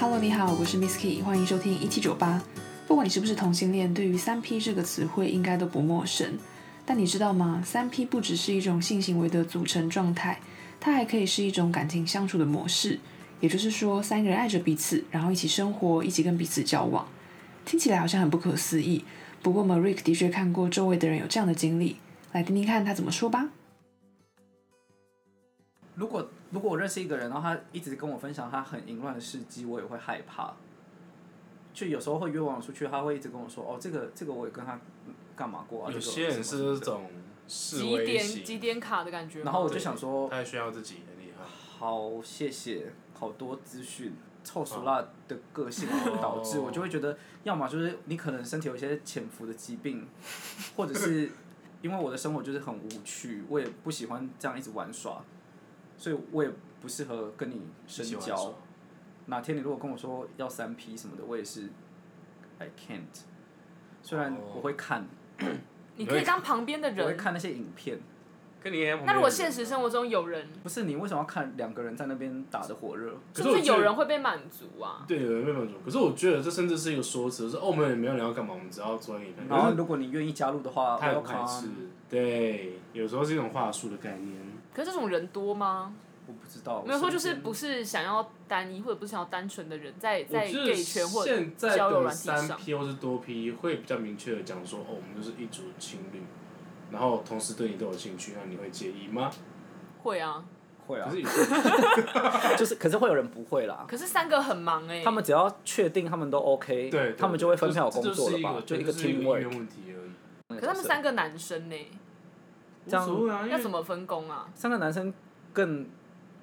Hello，你好，我是 Miss Key，欢迎收听一七九八。不管你是不是同性恋，对于三 P 这个词汇应该都不陌生。但你知道吗？三 P 不只是一种性行为的组成状态，它还可以是一种感情相处的模式。也就是说，三个人爱着彼此，然后一起生活，一起跟彼此交往。听起来好像很不可思议，不过 m a r i k 的确看过周围的人有这样的经历，来听听看他怎么说吧。如果如果我认识一个人，然后他一直跟我分享他很淫乱的事迹，我也会害怕。就有时候会约我出去，他会一直跟我说：“哦，这个这个我也跟他干嘛过啊。这有个些人什么什么是的这种示几威点几型，点卡的感觉吗。然后我就想说他也需要自己很厉害。：“好，谢谢，好多资讯。”臭俗辣的个性导哦致我就会觉得，要么就是你可能身体有一些潜伏的疾病， 或者是因为我的生活就是很无趣，我也不喜欢这样一直玩耍，所以我也不适合跟你深喜欢交说。哪天你如果跟我说要三 P 什么的，我也是，I can't。虽然哦我会看，你可以当旁边的我会人。看那些影片。跟你一样那如果现实生活中有人，不是你为什么要看两个人在那边打的火热？可是是不我是觉得有人会被满足啊？对有人被满足，可是我觉得这甚至是一个说辞，就是哦，我们也没有聊干嘛，我们只要做一嗯个。然后如果你愿意加入的话，他有 welcome 排斥，对，有时候是一种话术的概念。可是这种人多吗？我不知道，没有说就我是身边不是想要单一，或者不是想要单纯的人在我在觉得 gay 圈或者现在交友的软体三上， P 或是多 P 会比较明确的讲说，哦，我们就是一组情侣，然后同时对你都有兴趣，那你会介意吗？会啊。会可啊是，有些就是，可是会有人不会啦。可是三个很忙哎、他们只要确定他们都 OK，对对，他们就会分配好工作了吧？就一个个这是一 team 个意 work，愿问题而已。可是他们三个男生呢、这样无所谓啊，因要为怎么分工啊？三个男生更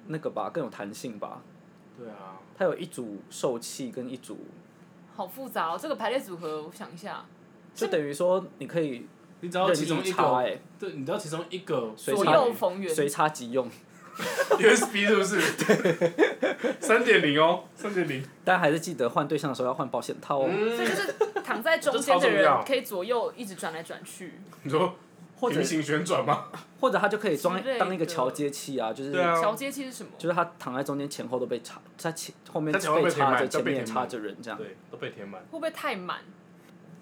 那个吧，更有弹性吧。对啊，他有一组受气跟一组，好复杂哦，这个排列组合，我想一下，就等于说你可以你只要任其中意一插个，哎，对，你知道其中一个随左插右逢源，随插即用， USB 是不是？三点零哦，三点零。但还是记得换对象的时候要换保险套哦。所以就是躺在中间这超的重要人可以左右一直转来转去。你说或者平行旋转吗？或者他就可以装之类的当一个桥接器啊，就是、对啊，桥接器是什么？就是他躺在中间前后都被插，他前后面他前后被填插满着，都前被面也填插满着人这样，对，都被填满，会不会太满？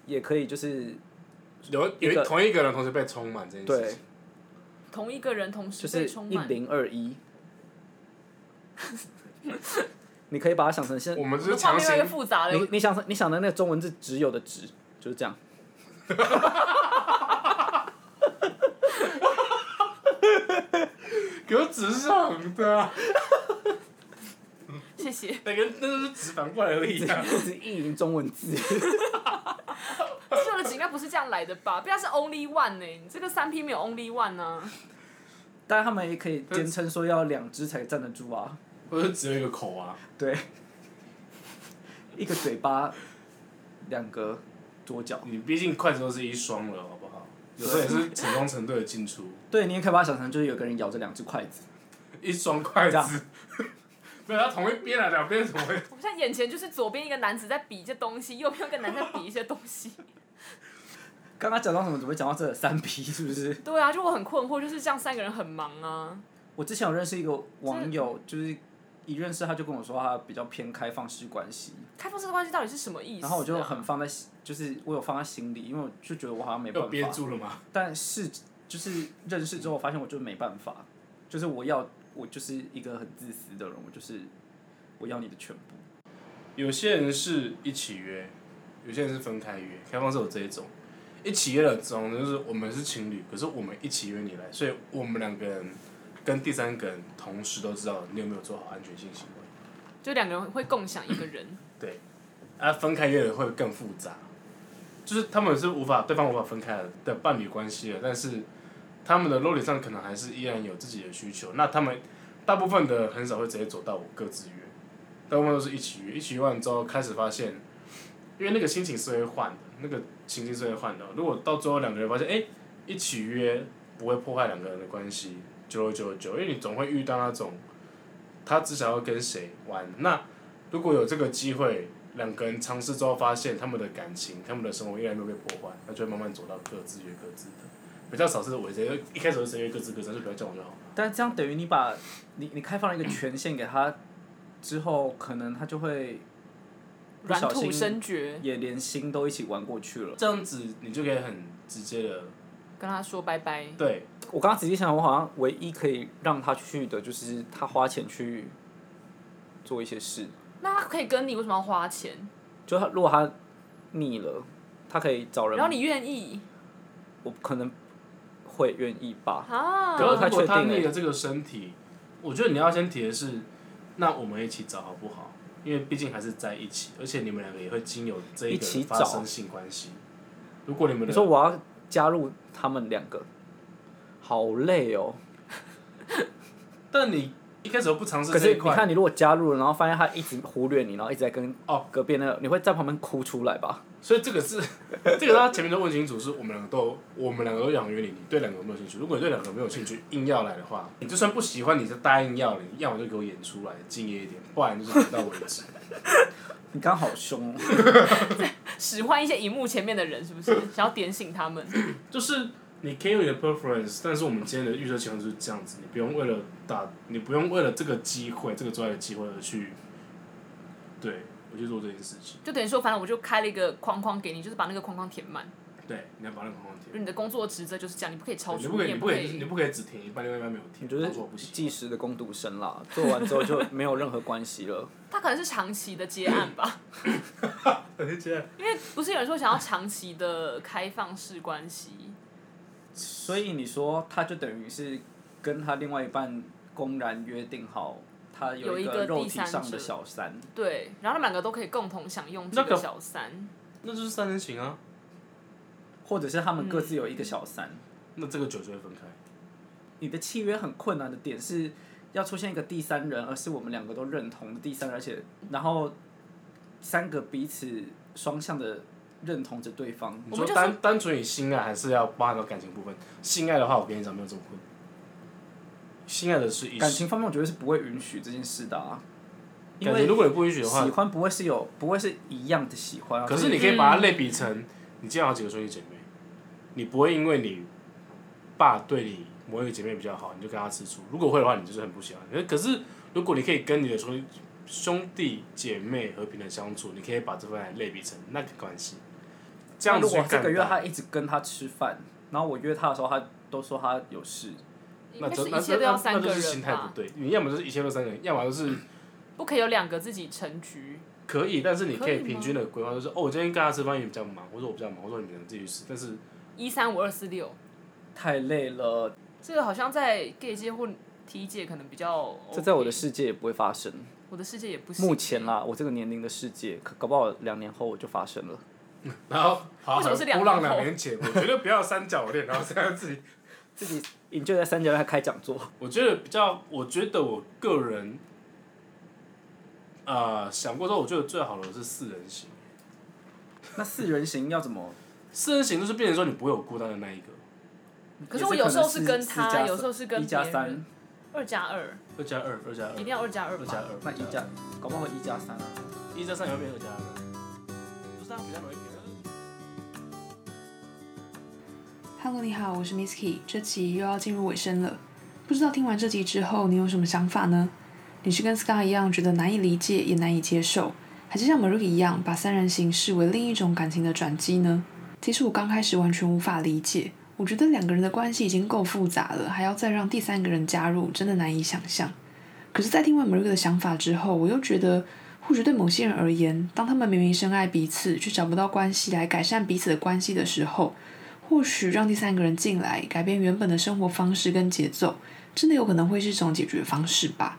也可以就是有一个有同一个人同时被充满这件事情。同一个人同时就被是充一满，零二一。 你可以把它想成现我们就是我的画强面越来越行，复杂了。你你想成你想的那个中文字只有的只就是 这样，可是纸上的啊， 谢谢，那个那个是纸反过来而已 啊。一直意淫中文字。 这的纸应该不是这样来的吧？不要是 only one 呢、你这个三 P 没有 only one 啊呢、但他们也可以坚称说要两只才站得住啊，或者只有一个口啊，对，一个嘴巴，两个左脚。你毕竟筷子都是一双了，好不好？有时候也是成双成对的进出，对，你也可以把它想成就是有个人咬着两只筷子，一双筷这样子。 没有，它同一边啊，两边怎么会？我现在眼前就是左边一个男子在比一些东西，右边一个男在比一些东 西。刚刚讲到什么？怎么讲到这三 P 是不是？对啊，就我很困惑，就是这样三个人很忙啊。我之前有认识一个网友，就是一认识他就跟我说他比较偏开放式关系，开放式的关系到底是什么意思啊、然后我就很放在心，就是我有放在心里，因为我就觉得我好像没办有憋法。住了吗？但是就是认识之后，发现我就没办法，就是我要我就是一个很自私的人，我就是我要你的全部。有些人是一起约，有些人是分开约，开放式有这一种。一起约的种就是我们是情侣，可是我们一起约你来，所以我们两个人跟第三个人同时都知道你有没有做好安全性行为。就两个人会共享一个人，对，啊，分开约的会更复杂，就是他们是无法对方无法分开的伴侣关系了，但是他们的肉体上可能还是依然有自己的需求。那他们大部分的很少会直接走到我各自约，大部分都是一起约，一起约完之后开始发现，因为那个心情是会换的，那个情境是会换的。哦如果到最后两个人发现，哎、一起约不会破坏两个人的关系，久而久久，因为你总会遇到那种他只想要跟谁玩。那如果有这个机会，两个人尝试之后发现他们的感情、他们的生活依然没有被破坏，那就会慢慢走到各自约各自的。比较少是我直接一开始就直接约各自各自，就不要叫我就好了。但这样等于你把你你开放了一个权限给他之后，可能他就会不软小土心生呃绝，也连心都一起玩过去了。这样子你就可以很直接的，跟他说拜拜。对，我刚刚仔细想，我好像唯一可以让他去的就是他花钱去做一些事，那他可以跟你，为什么要花钱？就他如果他腻了，他可以找人，然后你愿意我可能会愿意吧。啊？对可我是太如果确定他了那个这个身体，我觉得你要先提的是，那我们一起找好不好？因为毕竟还是在一起，而且你们两个也会经由这一一起个找发生性关系。如果你们你的说我要加入他们两个，好累哦。但你一开始都不尝试可这是一你块，看，你如果加入了，然后发现他一直忽略你，然后一直在跟哦隔壁那个，你会在旁边哭出来吧？所以这个是 这个，他前面都问清楚，是我们两个都有我们两个都养原理，你对两个有没有兴趣？如果你对两个没有兴趣，硬要来的话，你就算不喜欢，你就答应要了，你要么就给我演出来，敬业一点，不然就是点到为止。 你刚好 凶哦，使唤一些荧幕前面的人，是不是想要点醒他们？就是你可以有你的 preference，但是我们今天的预测情况就是这样子，你不用为了打，你不用为了这个机会，这个专业的机会而去，对我去做这件事情。就等于说，反正我就开了一个框框给你，就是把那个框框填满。对，你要把那个框框就填。你的工作职责就是这样，你不可以超对你出不，可以，也你不不可可以，你以。不可以只填一半，另外一半没有你填。就当是作我不行。计 时的工读生啦，做完之后就没有任何关系了。他可能是长期的接案吧， 因为不是有人说想要长期的开放式关系， 所以你说他就等于是跟他另外一半公然约定好，他有一一个个第肉体三上者的小三。对，然后他们两个都可以共同享用这那个个小三，那就是三人行啊，或者是他们各自有一个小三。那这个酒就会分开。你的契约很困难的点是要出现一个第三人，而是我们两个都认同的第三人，而且然后三个彼此双向的认同着对方。你我说们就是单单纯以性爱，还是要包含到感情部分？性爱的话，我跟你讲没有这么困。性爱的是一感情方面，我觉得是不会允许这件事的啊，因感情为如果你不允许的话喜，欢不会是有不会是一样的喜欢啊。可是你可以把它类比嗯成，你见好几个兄弟姐妹，你不会因为你爸对你某一个姐妹比较好，你就跟他吃醋。如果会的话，你就是很不喜欢。可是可是如果你可以跟你的兄弟兄弟姐妹和平的相处，你可以把这份爱类比成那个关系。这样那子如去果这看个月他待，一直跟他吃饭，然后我约他的时候，他都说他有事，应那该这是那一切这都要那三那就个是心人态不吧，对。你要么就是一切都三个人，要么就是不可以有两个自己成局。可以，但是你可可以以吗平均的规划，就是哦，我今天跟他吃饭也比较忙，我说我比较忙，我说你们自己去吃。但是一三五二四六，太累了。这个好像在 gay 界或 T 界可能比较 OK、这在我的世界也不会发生。我的世界也不行。目前，啦，我这个年龄的世界，可搞不好两年后我就发生了。然 后好为什么是两波浪年后两年前，我觉得不要三角恋，然后这样自己自己你就在三角恋开讲座，我觉得比较，我觉得我个人，呃，想过之后，我觉得最好的是四人行。 那四人行要怎么？四人行就是变成说你不会有孤单的那一个，可是我也是有可能时候是四跟四他，加有时候三是跟一加别三人。二加二，二加二，二加二，一定要二加二吧二加二，那一加，搞不好一加三啊。一加三也会变二加二，不是这样比较容易变。 Hello，你好，我是 Misky，这集又要进入尾声了。不知道听完这集之后，你有什么想法呢？你是跟 Scar 一样觉得难以理解也难以接受，还是像 m a r u k 一样把三人行视为另一种感情的转机呢？其实我刚开始完全无法理解，我觉得两个人的关系已经够复杂了，还要再让第三个人加入，真的难以想象。可是，在听完 m a r u k 的想法之后，我又觉得，或许对某些人而言，当他们明明深爱彼此，却找不到关系来改善彼此的关系的时候，或许让第三个人进来，改变原本的生活方式跟节奏，真的有可能会是一种解决方式吧。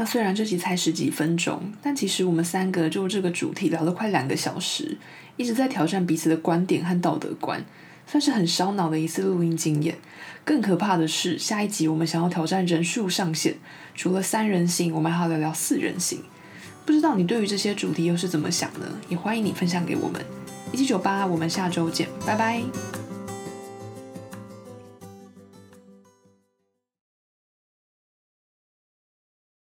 那虽然这集才十几分钟，但其实我们三个就这个主题聊了快两个小时，一直在挑战彼此的观点和道德观，算是很烧脑的一次录音经验。更可怕的是，下一集我们想要挑战人数上限，除了三人行，我们还要聊聊四人行。不知道你对于这些主题又是怎么想呢？也欢迎你分享给我们。一七九八，我们下周见，拜拜。